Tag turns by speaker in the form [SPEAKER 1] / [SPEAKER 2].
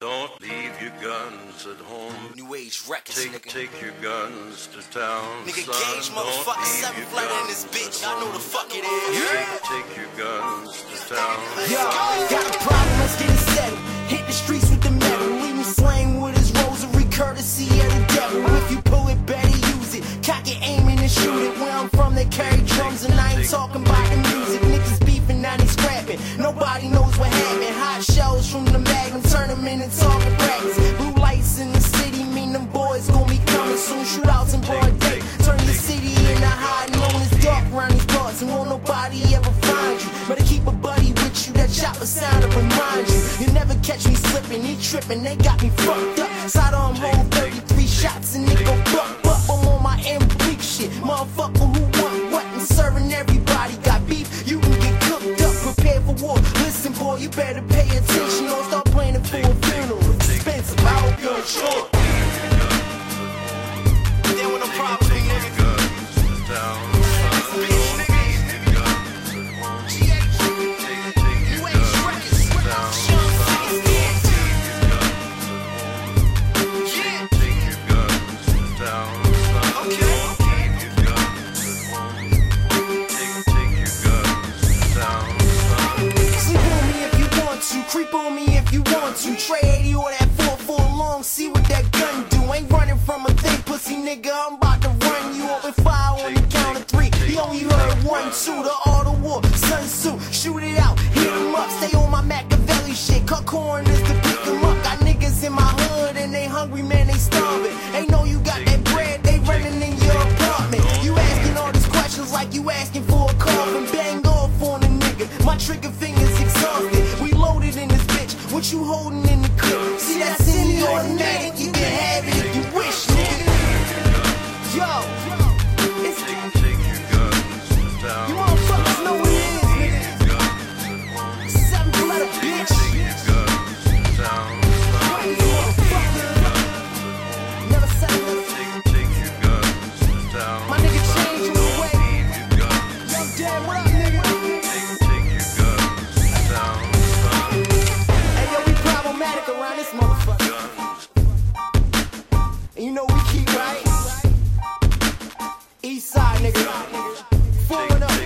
[SPEAKER 1] Don't leave your guns at home.
[SPEAKER 2] New Age records,
[SPEAKER 1] Take,
[SPEAKER 2] nigga.
[SPEAKER 1] take your guns to town.
[SPEAKER 2] Nigga,
[SPEAKER 1] son.
[SPEAKER 2] Gage,
[SPEAKER 1] Don't
[SPEAKER 2] motherfucker,
[SPEAKER 1] leave
[SPEAKER 2] seven
[SPEAKER 1] your
[SPEAKER 2] flight in
[SPEAKER 1] guns
[SPEAKER 2] this bitch.
[SPEAKER 1] at
[SPEAKER 2] I know the
[SPEAKER 1] home.
[SPEAKER 2] fuck it is.
[SPEAKER 1] Take, take your guns to town.
[SPEAKER 3] Yo, got a problem, let's get it settled. Hit the streets with the metal. Leave me slain with his rosary, courtesy of the devil. If you pull it, better use it. Cock it, aim it, and shoot it. Where I'm from, they carry drums, and I ain't talking about the music. Niggas beefing, now they scrapping. Nobody knows what happened. Hot shells from the magnum, turn them into target practice. Blue lights in the city mean them boys gon' be coming soon. Shootouts in broad day. Turn the city into hiding on this dark round these parts, and won't nobody ever find you. Better keep a buddy with you, that chopper sound to remind you. You never catch me slipping, he tripping, they got me fucked up. Sidearm hold 33 shots and they go buck buck. I'm on my M bleak shit, motherfucker who want what and serving everybody. Got beef, you can get cooked up, prepare for war. Listen, boy, you better pay attention or start planning for a funeral. It's expensive, I hope you're sure. Then when the problems be niggas.
[SPEAKER 1] Guns to town. son.
[SPEAKER 2] Bitch,
[SPEAKER 1] Don't
[SPEAKER 2] nigga.
[SPEAKER 1] leave your guns at home. Take, take your
[SPEAKER 2] New Age
[SPEAKER 1] guns
[SPEAKER 2] records.
[SPEAKER 1] to town.
[SPEAKER 2] Young Saints, yeah.
[SPEAKER 1] Take, take your guns to town. son.
[SPEAKER 2] Okay.
[SPEAKER 1] Don't leave your guns at home. Take, take your guns to town. son.
[SPEAKER 3] Sleep on me if you want to, creep on me if you want to. Trey 80 or that 4 for a long, see what that gun do. Ain't running from a thing, pussy nigga. I'm about to run you up with fire on the count of three. You only heard one, two, the auto war, Sun Tzu. Shoot it out, hit 'em up, stay on my Machiavelli shit. Cut corners to pick 'em up. Got niggas in my hood and they hungry, man, they starving. They know you got that bread, they running in your apartment. You asking all these questions like you asking for a coffin. Bang off on a nigga. My trigger finger's exhausted. We loaded in this bitch. What you holding in the clip? See that city automatic? You can have it if you wish, nigga. Yo, it's
[SPEAKER 1] Take, take your guns to town.
[SPEAKER 3] you motherfuckers know what it is, nigga.
[SPEAKER 1] Take your guns at home.
[SPEAKER 3] Seven letter bitch. Crazy motherfucker. Never said nothing. My nigga changed his way. Yo, damn, what up, nigga? Hey, yo, we problematic around this motherfucker. And you know we keep right. East side, nigga. Four and up.